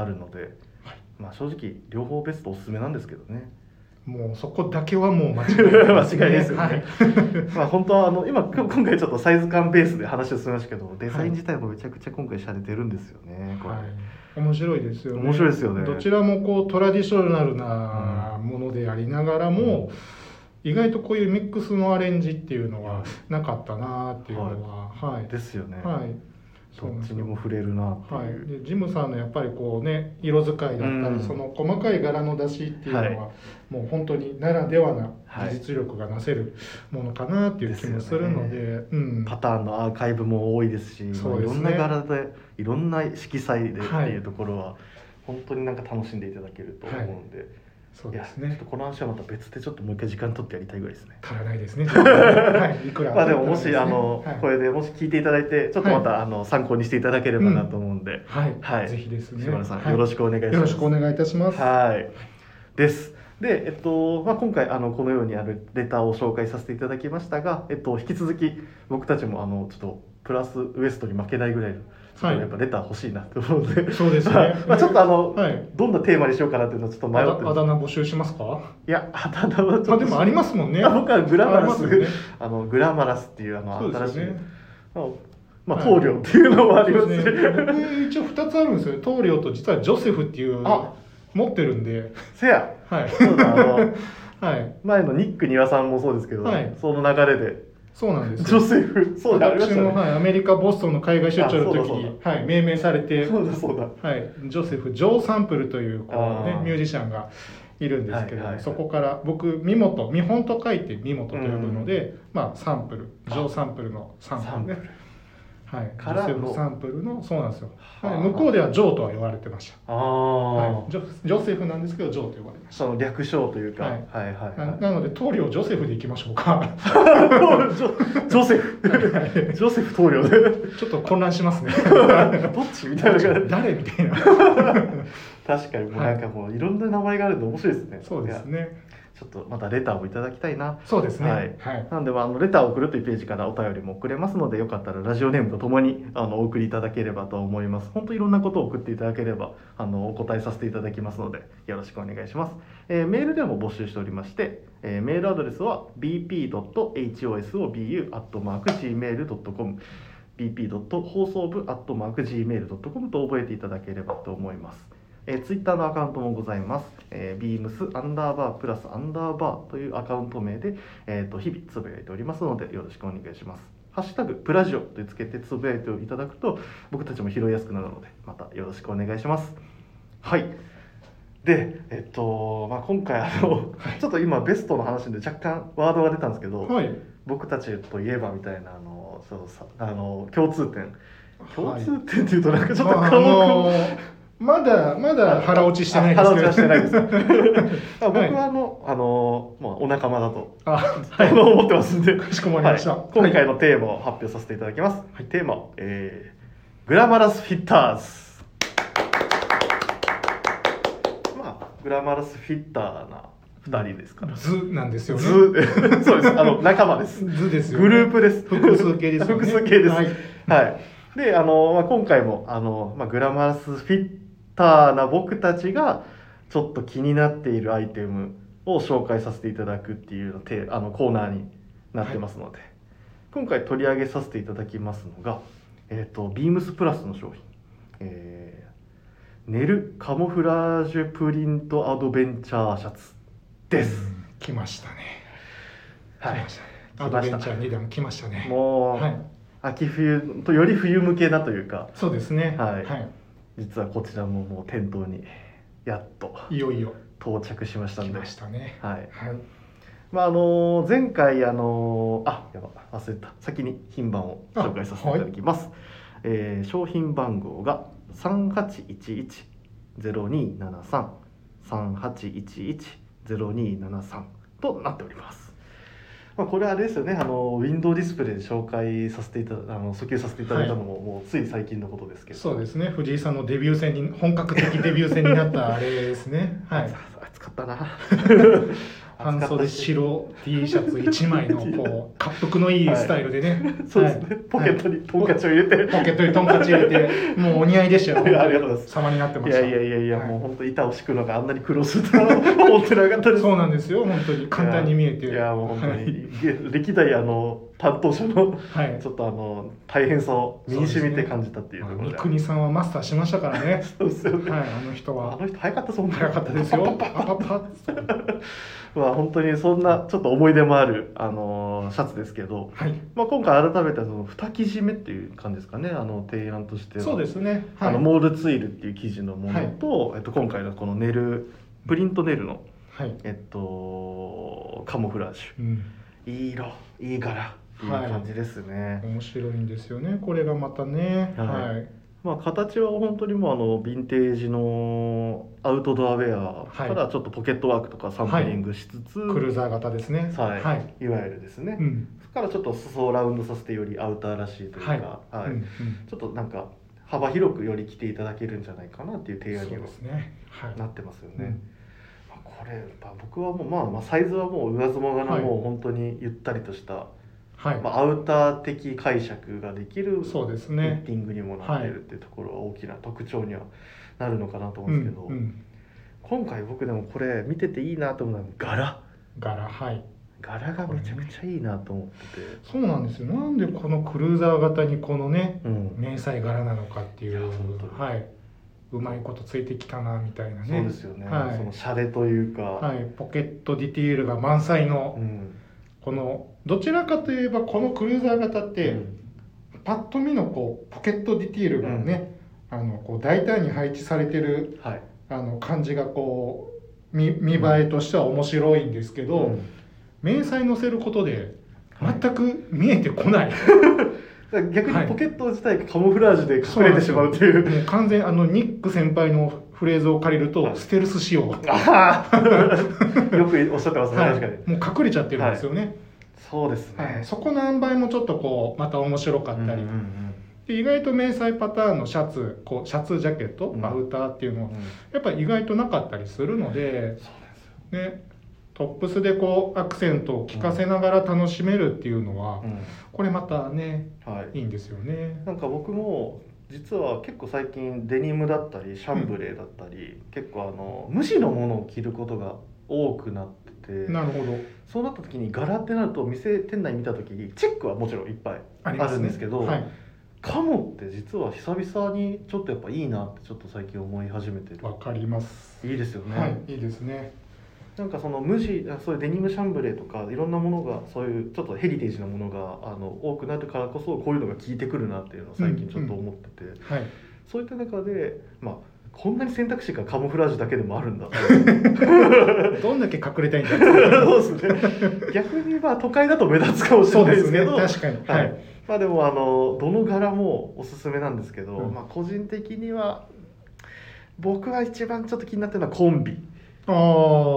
Speaker 1: あるので、
Speaker 2: はい
Speaker 1: まあ正直両方ベストおすすめなんですけどね。
Speaker 2: もうそこだけはもう間違い
Speaker 1: 間
Speaker 2: ない
Speaker 1: 違いないですよ
Speaker 2: は
Speaker 1: ね
Speaker 2: い。
Speaker 1: まあ本当はあの今今今回ちょっとサイズ感ベースで話を進めましたけど、デザイン自体もめちゃくちゃ今回洒落てるんですよね。これ。
Speaker 2: はい、面白いですよね
Speaker 1: 面白いですよね
Speaker 2: どちらもこうトラディショナルなものでありながらも、意外とこういうミックスのアレンジっていうのはなかったなっていうのははい、はい
Speaker 1: ですよね。
Speaker 2: そう
Speaker 1: ど
Speaker 2: なん
Speaker 1: っ
Speaker 2: で
Speaker 1: ち
Speaker 2: す
Speaker 1: に
Speaker 2: よ
Speaker 1: も触れるなってい
Speaker 2: は
Speaker 1: う。
Speaker 2: い、でジムさんのやっぱりこうね色使いだったり、
Speaker 1: うん
Speaker 2: その細かい柄の出しっていうのは、
Speaker 1: はい
Speaker 2: もう本当にならではな
Speaker 1: はい
Speaker 2: 技術力がなせるものかなっていう気もするので
Speaker 1: です
Speaker 2: うん、
Speaker 1: パターンのアーカイブも多いですし
Speaker 2: そうです
Speaker 1: ま
Speaker 2: ね
Speaker 1: あいろんな柄でいろんな色彩でって
Speaker 2: はい
Speaker 1: いうところは、本当になんか楽しんでいただけると思うんで、
Speaker 2: そう
Speaker 1: いや
Speaker 2: です
Speaker 1: ちょっ
Speaker 2: ね
Speaker 1: とこの話はまた別でちょっともう一回時間取ってやりたいぐらいですね。
Speaker 2: 足らないですね、はい、いくら
Speaker 1: まあでももし、
Speaker 2: 足ら
Speaker 1: あ
Speaker 2: ないですね
Speaker 1: の、
Speaker 2: はい
Speaker 1: これでもし聞いていただいてちょっとまた、あの参考にしていただければなと思うんで、
Speaker 2: はい、
Speaker 1: はい
Speaker 2: ぜひですね。
Speaker 1: 島田さん、
Speaker 2: はい
Speaker 1: よろしくお願いします。
Speaker 2: よろしくお願いいたします。
Speaker 1: はい。です。で、えっとまあ、今回あのこのようにあるレターを紹介させていただきましたが、えっと、引き続き僕たちもあのちょっとプラスウエストに負けないぐらいのちょっと
Speaker 2: はい
Speaker 1: やっぱレター欲しいなと思うので、
Speaker 2: そうですね
Speaker 1: まあ、ちょっとあの、
Speaker 2: はい
Speaker 1: どんなテーマにしようかなっていうのはちょっと迷
Speaker 2: あ
Speaker 1: って
Speaker 2: だ
Speaker 1: るんで
Speaker 2: あ
Speaker 1: す
Speaker 2: だ名募集しますか
Speaker 1: いや あだ名はちょっと、
Speaker 2: まあでもありますもんね
Speaker 1: あ僕はグラマラス
Speaker 2: あ
Speaker 1: あ、
Speaker 2: りますよね
Speaker 1: のグラマラスっていうあの
Speaker 2: そうで
Speaker 1: 新し
Speaker 2: す
Speaker 1: い、
Speaker 2: よね
Speaker 1: あのまあ、
Speaker 2: はい
Speaker 1: 棟梁っていうのもあります
Speaker 2: そう
Speaker 1: ね
Speaker 2: ですね僕一応2つあるんですよね棟梁と実はジョセフっていう
Speaker 1: あ
Speaker 2: 持ってるんで
Speaker 1: せや
Speaker 2: はい
Speaker 1: そうだあの
Speaker 2: はい
Speaker 1: 前のニック・ニワさんもそうですけど、
Speaker 2: はい
Speaker 1: その流れで
Speaker 2: そうなんです
Speaker 1: ジョセフそうだありまし
Speaker 2: 私
Speaker 1: た
Speaker 2: も、
Speaker 1: ね
Speaker 2: はい、アメリカ・ボストンの海外出張の時
Speaker 1: あそうだ
Speaker 2: に、はい、命名されて、
Speaker 1: そうだそうだ
Speaker 2: はい、ジョセフ・ジョー・サンプルというこう、
Speaker 1: あ
Speaker 2: ね
Speaker 1: ー、
Speaker 2: ミュージシャンがいるんですけ
Speaker 1: は
Speaker 2: ど、
Speaker 1: いはいはい
Speaker 2: そこから僕見元見本と書いて見元と呼ぶので、まあ、サンプルジョー・サンプルのサンプルねはい、ジ
Speaker 1: から
Speaker 2: ョ
Speaker 1: の
Speaker 2: セフ・サンプルのそうなんですよ、
Speaker 1: はあ
Speaker 2: はい向こうではジョーとは言われてまし
Speaker 1: あ
Speaker 2: た、
Speaker 1: あ、
Speaker 2: はい、ジョジョセフなんですけどジョーと呼ばれまし
Speaker 1: その略称というか、は
Speaker 2: はいい、
Speaker 1: はいは
Speaker 2: た
Speaker 1: い
Speaker 2: な なので棟梁ジョセフでいきましょうか
Speaker 1: ジョジョセフジョセフ棟梁で
Speaker 2: ちょっと混乱しますね
Speaker 1: どっ ちみたいな感じ
Speaker 2: 誰みたいな
Speaker 1: 確かにもうなんかもういろんな名前があるの面白いですね
Speaker 2: そうです
Speaker 1: いや
Speaker 2: ね
Speaker 1: ちょっとまたレターをいただきたいな
Speaker 2: そうですね。
Speaker 1: は
Speaker 2: はいい。
Speaker 1: なんでまああのレターを送るというページからお便りも送れますのでよかったらラジオネームとともにあのお送りいただければと思います本当いろんなことを送っていただければあのお答えさせていただきますのでよろしくお願いします、えーメールでも募集しておりまして、えーメールアドレスは bp.hosobu.gmail.com bp. 放送部 .gmail.com と覚えていただければと思いますえー、ツイッターのアカウントもございます。えー、beams アンダーバープラスアンダーバーというアカウント名で、えー、と日々つぶやいておりますのでよろしくお願いします。ハッシュタグプラジオとつけてつぶやいていただくと僕たちも拾いやすくなるのでまたよろしくお願いします。はい。で、えっと、まあ、今回あの、ちょっと今ベストの話で若干ワードが出たんですけど、
Speaker 2: はい。
Speaker 1: 僕たちといえばみたいなあのそうさあの共通点共通点っていうと なんかちょっと
Speaker 2: まあ
Speaker 1: 科目
Speaker 2: あのーまだまだ腹落ちしてないですけ
Speaker 1: あ
Speaker 2: ど。。
Speaker 1: 腹落ちはしてないですあ僕はあの、あのまあ、お仲間だと、
Speaker 2: あ、
Speaker 1: あの 思ってますんで、
Speaker 2: かしこまりました
Speaker 1: はい今回のテーマを発表させていただきます。テーマ、えーグラマラスフィッターズ。まあ、グラマラスフィッターな二人ですから。
Speaker 2: 図なんですよね。
Speaker 1: ず、 そうです。あの仲間です。
Speaker 2: 図ですよ、
Speaker 1: グ
Speaker 2: ね。
Speaker 1: ループです。
Speaker 2: 複数形ですよね。
Speaker 1: 複数形です。は
Speaker 2: はいい。
Speaker 1: で、あの、まあ、今回も、あの、まあ、グラマラスフィッターな僕たちが。ちょっと気になっているアイテムを紹介させていただくっていうのて、あのコーナーになってますので。今回取り上げさせていただきますのが、えっ、と、ビームスプラスの商品。えーネルカモフラージュプリントアドベンチャーシャツです。
Speaker 2: 来ましたね。
Speaker 1: は
Speaker 2: 来
Speaker 1: い
Speaker 2: ま。した。
Speaker 1: 来
Speaker 2: ア
Speaker 1: まし
Speaker 2: ドベ
Speaker 1: た
Speaker 2: ンチャー二段来ましたね。
Speaker 1: もう、
Speaker 2: はい。
Speaker 1: 秋冬とより冬向けだというか
Speaker 2: そうですね。
Speaker 1: はい
Speaker 2: は
Speaker 1: 実はこちらももう店頭にやっと
Speaker 2: い。いよいよ
Speaker 1: 到着しました
Speaker 2: 来
Speaker 1: んで
Speaker 2: ましたね。
Speaker 1: はい
Speaker 2: はい。
Speaker 1: まああのー前回あのーあやば忘れた先に品番を紹介させていただきます、えー商品番号が3811-0273 3811-0273となっておりますまあ、これはあれですよねあのウィンドウディスプレイで紹介させていただあの訴求させていただいたのも、もうつい最近のことですけど
Speaker 2: そうですね。藤井さんのデビュー戦に本格的デビュー戦になったあれですね。はい。
Speaker 1: 暑かったな
Speaker 2: 半
Speaker 1: 暑かった
Speaker 2: 袖
Speaker 1: し
Speaker 2: 白 T シャツ1枚のこう滑覆のいいスタイルでね、
Speaker 1: そうですね、
Speaker 2: はい
Speaker 1: ポケットにトンカチを入れて、
Speaker 2: ポケットにトンカチ入れてもうお似合いでしたよ
Speaker 1: いやありがとうございます
Speaker 2: 様になってま
Speaker 1: い
Speaker 2: した
Speaker 1: やいやいやいや、
Speaker 2: はい
Speaker 1: もう本当板を敷くのがあんなに苦労するとは思ってなかったです
Speaker 2: そうなんですよ本当に簡単に見えて
Speaker 1: いやいやもう本当に歴代あの担当者の
Speaker 2: はい、はい
Speaker 1: ちょっとあの大変さを身に染みて感じたっていうところ
Speaker 2: 三
Speaker 1: で
Speaker 2: 國さんはマスターしましたからね
Speaker 1: そうですよね、
Speaker 2: はいあの人
Speaker 1: あ
Speaker 2: は
Speaker 1: の人早かったそんな
Speaker 2: 早かったですよパパパッ
Speaker 1: まあ本当にそんなちょっと思い出もあるあのシャツですけど、
Speaker 2: はい
Speaker 1: まあ、今回改めてその二生地目っていう感じですかねあの提案としては
Speaker 2: そうですねは
Speaker 1: あ
Speaker 2: い
Speaker 1: のモールツイルっていう生地のものと、えっと、今回のこのネルプリントネルの、
Speaker 2: はい、
Speaker 1: えっと、カモフラージ
Speaker 2: うん、
Speaker 1: ュいい色いい柄いい感じですね、
Speaker 2: 面白いんですよねこれがまたね
Speaker 1: はい
Speaker 2: はい
Speaker 1: まあ、形は本当にもうあのヴィンテージのアウトドアウェア
Speaker 2: はい
Speaker 1: からちょっとポケットワークとかサンプリングしつつ、
Speaker 2: クルーザー型ですね
Speaker 1: はい
Speaker 2: はい、
Speaker 1: いわゆるですね、
Speaker 2: うん
Speaker 1: そこからちょっと裾をラウンドさせてよりアウターらしいというか、
Speaker 2: はい
Speaker 1: はい
Speaker 2: うんうん
Speaker 1: ちょっとなんか幅広くより着ていただけるんじゃないかなっていう提案
Speaker 2: そ
Speaker 1: に
Speaker 2: う
Speaker 1: は
Speaker 2: ですね。はい。
Speaker 1: なってますよね。
Speaker 2: うん
Speaker 1: まあここれ、まあ、僕はもう、まあ、まあサイズはもう上妻がな、
Speaker 2: はい
Speaker 1: もう本当にゆったりとした、
Speaker 2: はい、
Speaker 1: まあ、アウター的解釈ができる
Speaker 2: そうです
Speaker 1: フィ
Speaker 2: ね
Speaker 1: ッティングにもなってるっていうところは大きな特徴にはなるのかなと思
Speaker 2: う
Speaker 1: うんです
Speaker 2: ん
Speaker 1: けど、
Speaker 2: うん
Speaker 1: 今回僕でもこれ見てていいなと思うのは柄
Speaker 2: 柄はい
Speaker 1: 柄がめちゃくちゃいいなと思ってて、
Speaker 2: そうなんですよなんでこのクルーザー型にこのね
Speaker 1: うん、
Speaker 2: 迷彩柄なのかってい
Speaker 1: いや
Speaker 2: う
Speaker 1: 本当に
Speaker 2: はいうまいことついてきたなみたいな
Speaker 1: そうで
Speaker 2: ね
Speaker 1: すよね、
Speaker 2: はい
Speaker 1: そのシャレというか、
Speaker 2: はい、ポケットディティールが満載の
Speaker 1: うん
Speaker 2: このどちらかといえばこのクルーザー型って、
Speaker 1: うん
Speaker 2: パッと見のこうポケットディティールがね、あのこう大胆に配置されてる
Speaker 1: はい
Speaker 2: あの感じがこう見見栄えとしては面白いんですけど、
Speaker 1: うん
Speaker 2: 迷彩載せることで
Speaker 1: はい
Speaker 2: 全く見えてこない、
Speaker 1: だから逆
Speaker 2: は
Speaker 1: に
Speaker 2: い
Speaker 1: ポケット自体がカモフラージュで隠れてしまうという
Speaker 2: もう完全にあのニック先輩のフレーズを借りると、
Speaker 1: はい
Speaker 2: ステルス仕様、はい、
Speaker 1: ああよくおっしゃってますね、確かに
Speaker 2: もう隠れちゃってるんですよね、
Speaker 1: そうですね、
Speaker 2: はいそこの塩梅もちょっとこうまた面白かったり、
Speaker 1: うんうん
Speaker 2: で意外と迷彩パターンのシャツこうシャツジャケット、
Speaker 1: うん
Speaker 2: アウターっていうの
Speaker 1: う
Speaker 2: は
Speaker 1: んうん
Speaker 2: やっぱり意外となかったりするの
Speaker 1: そ
Speaker 2: で、
Speaker 1: うなんですよ
Speaker 2: ね、トップスでこうアクセントを効かせながら楽しめるっていうのは、これまたね
Speaker 1: うんはい
Speaker 2: いいんですよね。
Speaker 1: なんか僕も実は結構最近デニムだったりシャンブレーだったり、結構あの無地のものを着ることが多くなってて
Speaker 2: なるほど
Speaker 1: そうなった時に柄ってなると店店内見た時にチェックはもちろんいっぱい
Speaker 2: あり
Speaker 1: あ
Speaker 2: ますね
Speaker 1: るんですけど、
Speaker 2: はい、
Speaker 1: カモって実は久々にちょっとやっぱいいなってちょっと最近思い始めてる
Speaker 2: わかります。
Speaker 1: いいですよね、
Speaker 2: はい、いいですね。
Speaker 1: なんかその無地あそういうデニムシャンブレーとかいろんなものがそういうちょっとヘリテージなものがあの多くなるからこそこういうのが効いてくるなっていうのを最近ちょっと思ってて、
Speaker 2: はい、
Speaker 1: そういった中で、まあ、こんなに選択肢がカモフラージュだけでもあるんだ
Speaker 2: どんだけ隠れたいんだ。
Speaker 1: そうですね 逆にまあ都会だと目立つかもしれ
Speaker 2: そう
Speaker 1: ない
Speaker 2: で
Speaker 1: ですす
Speaker 2: ね。
Speaker 1: けど
Speaker 2: 確かに。は
Speaker 1: はいい。まあでもあのどの柄もおすすめなんですけど、
Speaker 2: うん
Speaker 1: まあ、個人的には僕は一番ちょっと気になってるのはコンビ
Speaker 2: あ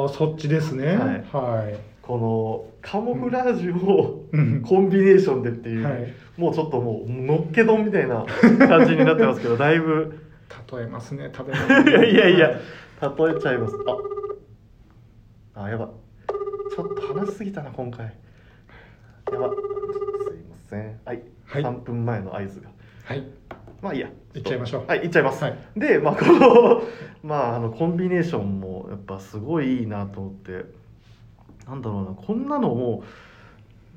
Speaker 2: あ、そっちですね。
Speaker 1: は
Speaker 2: はいい。
Speaker 1: このカモフラージュを
Speaker 2: うん。
Speaker 1: コンビネーションでっていう、
Speaker 2: はい。例
Speaker 1: もうちょっともうのっけ丼みたいな感じになってますけ どだいぶ
Speaker 2: えますね。食 べ
Speaker 1: い
Speaker 2: 物。
Speaker 1: やいやいや例えちゃいますああやばちょっと話しすぎたな今回やばすいませんはい、
Speaker 2: はい
Speaker 1: 3分前の合図が
Speaker 2: はい。
Speaker 1: まあいいや
Speaker 2: いっちゃいましょう
Speaker 1: はい行っちゃいます、
Speaker 2: はい。
Speaker 1: で、まあ、この、 まあ、あのコンビネーションもやっぱすごいいいなと思ってなんだろうなこんなのも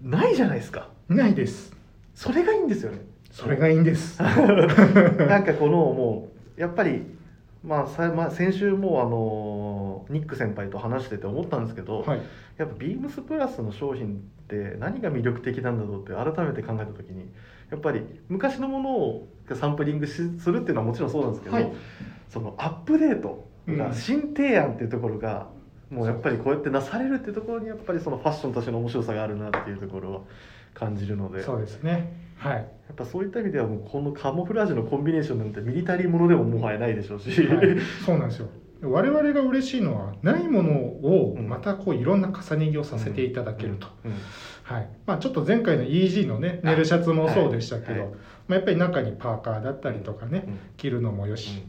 Speaker 1: うないじゃないですか
Speaker 2: ないです。
Speaker 1: それがいいんですよね
Speaker 2: それがいいんです。
Speaker 1: なんかこのもうやっぱり、まあさまあ、先週もあのニック先輩と話してて思ったんですけど、
Speaker 2: はい。
Speaker 1: やっぱビームスプラスの商品って何が魅力的なんだろうって改めて考えた時にやっぱり昔のものをサンプリングしするっていうのはもちろんそうなんですけど、
Speaker 2: はい
Speaker 1: そのアップデートと
Speaker 2: う
Speaker 1: か
Speaker 2: ん
Speaker 1: 新提案っていうところが、もうやっぱりこうやってなされるっていうところにやっぱりそのファッションとしての面白さがあるなっていうところは感じるのでや
Speaker 2: そうですね。はい。
Speaker 1: っぱそういった意味ではもうこのカモフラージュのコンビネーションなんてミリタリーものでももはやないでしょうし、
Speaker 2: はい、そうなんですよ。我々が嬉しいのはないものを
Speaker 1: うん
Speaker 2: またこういろんな重ね着をさせていただけると、
Speaker 1: うん
Speaker 2: はいまあ、ちょっと前回の EG のね寝るシャツもそうでしたけど、
Speaker 1: はいはい
Speaker 2: まあ、やっぱり中にパーカーだったりとかね
Speaker 1: うん
Speaker 2: 着るのもよし、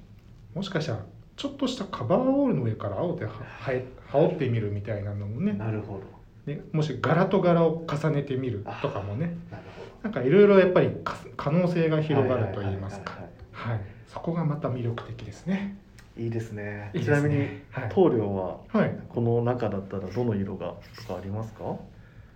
Speaker 2: もしかしたらちょっとしたカバーオールの上から青でははい羽織ってみるみたいなのも
Speaker 1: うん
Speaker 2: ね
Speaker 1: なるほど
Speaker 2: ねもし柄と柄を重ねてみるとかもね
Speaker 1: なるほど
Speaker 2: なんかいろいろやっぱりか可能性が広がると言います
Speaker 1: は
Speaker 2: か
Speaker 1: ははは
Speaker 2: はいそこがまた魅力的ですね。
Speaker 1: いいですね。
Speaker 2: いい
Speaker 1: ち
Speaker 2: で
Speaker 1: な
Speaker 2: す
Speaker 1: みに
Speaker 2: ねはい
Speaker 1: 棟梁は
Speaker 2: はい、
Speaker 1: この中だったらどの色がとかありますか？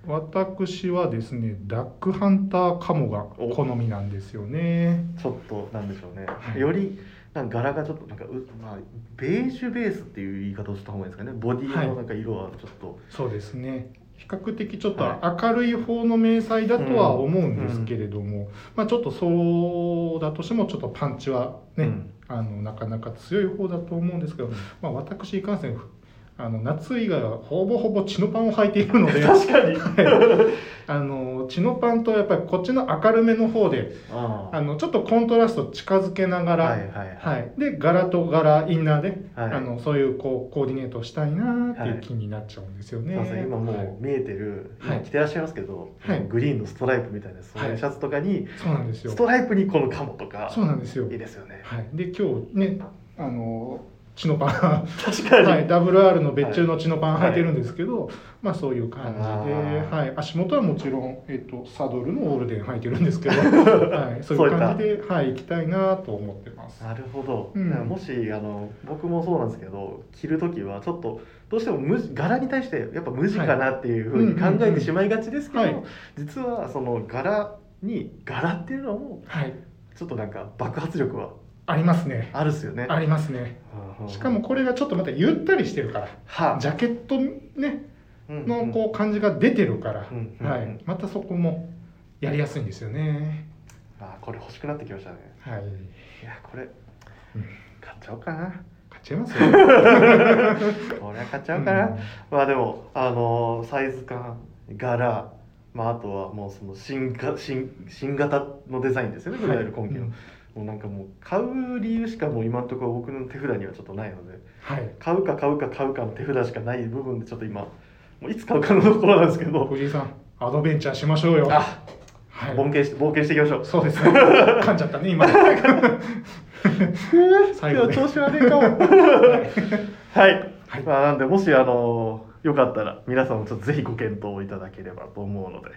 Speaker 2: 私はですねダックハンターカモが
Speaker 1: お
Speaker 2: 好みなんですよね
Speaker 1: ちょっとなんでしょうね。
Speaker 2: はい
Speaker 1: よりなんか柄がちょっとなんかうまあベージュベースっていう言い方をした方がいいですかね。ボディ
Speaker 2: はい
Speaker 1: のなんか色はちょっと、
Speaker 2: そうですね比較的ちょっ
Speaker 1: は
Speaker 2: と明るい方の迷彩だとは思うんですけれども、まあ、ちょっとそうだとしてもちょっとパンチはね、
Speaker 1: うん
Speaker 2: あのなかなか強い方だと思うんですけど、まあ、私いかんせんあの夏以外はほぼほぼチノパンを履いている ので
Speaker 1: 確かに。
Speaker 2: あのチノパンとやっぱりこっちの明るめの方で
Speaker 1: あ
Speaker 2: あのちょっとコントラスト近づけなが
Speaker 1: あ
Speaker 2: ら、
Speaker 1: はいはいはい。
Speaker 2: はい、で柄と柄インナーで、
Speaker 1: はい
Speaker 2: あのそういうこうコーディネートをしたいなっていう気になっちゃうんですよ
Speaker 1: す
Speaker 2: ね。
Speaker 1: いません今
Speaker 2: は
Speaker 1: も
Speaker 2: いう
Speaker 1: 見えてる、
Speaker 2: はい
Speaker 1: 今着てらっしゃいますけど、
Speaker 2: はい
Speaker 1: グリーンのストライプみたいなそういう
Speaker 2: はい
Speaker 1: シャツとかに、
Speaker 2: そうなんですよ
Speaker 1: ストライプにこのカモとか
Speaker 2: そうなんですよ
Speaker 1: いい。ですよね。
Speaker 2: はい、で今日ねあのチ ノパ
Speaker 1: 確か
Speaker 2: ン、
Speaker 1: に、
Speaker 2: はい、ダブル R の別注のチノパン
Speaker 1: はい
Speaker 2: 履いてるんですけど、まあそういう感じで、
Speaker 1: あー
Speaker 2: はい、足元はもちろん、えっと、サドルのオールデン履いてるんですけど、 はい、そういう感じで、はい、行きたいなと思ってます。
Speaker 1: なるほど、
Speaker 2: うん
Speaker 1: だからもしあの僕もそうなんですけど着る時はちょっとどうしても無地柄に対してやっぱ無地かなっていうふうに
Speaker 2: はい
Speaker 1: 考えてしまいがちですけど、
Speaker 2: うんうんうん
Speaker 1: 実はその柄に柄っていうのはも
Speaker 2: はい、
Speaker 1: うちょっとなんか爆発力は
Speaker 2: ありますね。
Speaker 1: あるっすよね。
Speaker 2: ありますね。しかもこれがちょっとまたゆったりしてるから、
Speaker 1: は
Speaker 2: ジャケットねの
Speaker 1: うん
Speaker 2: こう感じが出てるから、
Speaker 1: うんうん
Speaker 2: はい、またそこもやりやすいんですよね。
Speaker 1: あこれ欲しくなってきましたね。
Speaker 2: はい、
Speaker 1: いやこれ買っちゃおうかな。
Speaker 2: 買っちゃいますよ。
Speaker 1: これは買っちゃおうかな。
Speaker 2: うん
Speaker 1: まあでもあのーサイズ感柄まああとはもうその新が新新型のデザインですよねいわゆる今期の、
Speaker 2: うん
Speaker 1: もうなんかもう買う理由しかもう今のところ僕の手札にはちょっとないので
Speaker 2: はい。
Speaker 1: 買うか買うか買うかの手札しかない部分でちょっと今もういつ買うかのところなんですけど
Speaker 2: 藤井さん、アドベンチャーしましょうよ。
Speaker 1: あ
Speaker 2: はい。
Speaker 1: 冒険して冒険していきましょう
Speaker 2: そう ですね。噛んじゃったね、今。最後
Speaker 1: 今
Speaker 2: ね
Speaker 1: 日調子悪い かもはい、
Speaker 2: はい
Speaker 1: まあ、なんでもしあのよかったら皆さんもちょっとぜひご検討いただければと思うので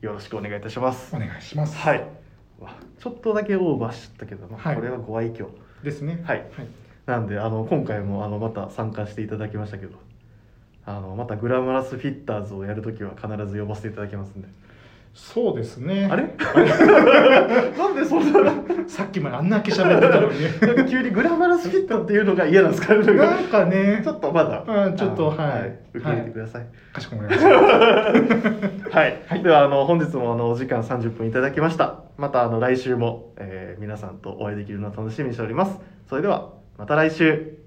Speaker 1: よろしくお願いいたします
Speaker 2: お願いします。
Speaker 1: はいわちょっとだけオーバーしちゃったけど、まあ
Speaker 2: はい
Speaker 1: これはご愛嬌
Speaker 2: ですね。
Speaker 1: はいなんであの今回もあのまた参加していただきましたけどあのまたグラマラスフィッターズをやるときは必ず呼ばせていただきますんで
Speaker 2: そうですね。
Speaker 1: あれなんでそんな
Speaker 2: さっきまであんなけ喋ってたのにね。
Speaker 1: なんか急にグラマラスフィッターっていうのが嫌なんですかね
Speaker 2: なんかね
Speaker 1: ちょ、っとまだ、
Speaker 2: うんちょっと
Speaker 1: あの
Speaker 2: はい
Speaker 1: 受け入れてください。
Speaker 2: かしこまりました。は
Speaker 1: はい、ではあの本日もあのお時間30分いただきました。またあの来週も、えー皆さんとお会いできるのを楽しみにしております。それではまた来週。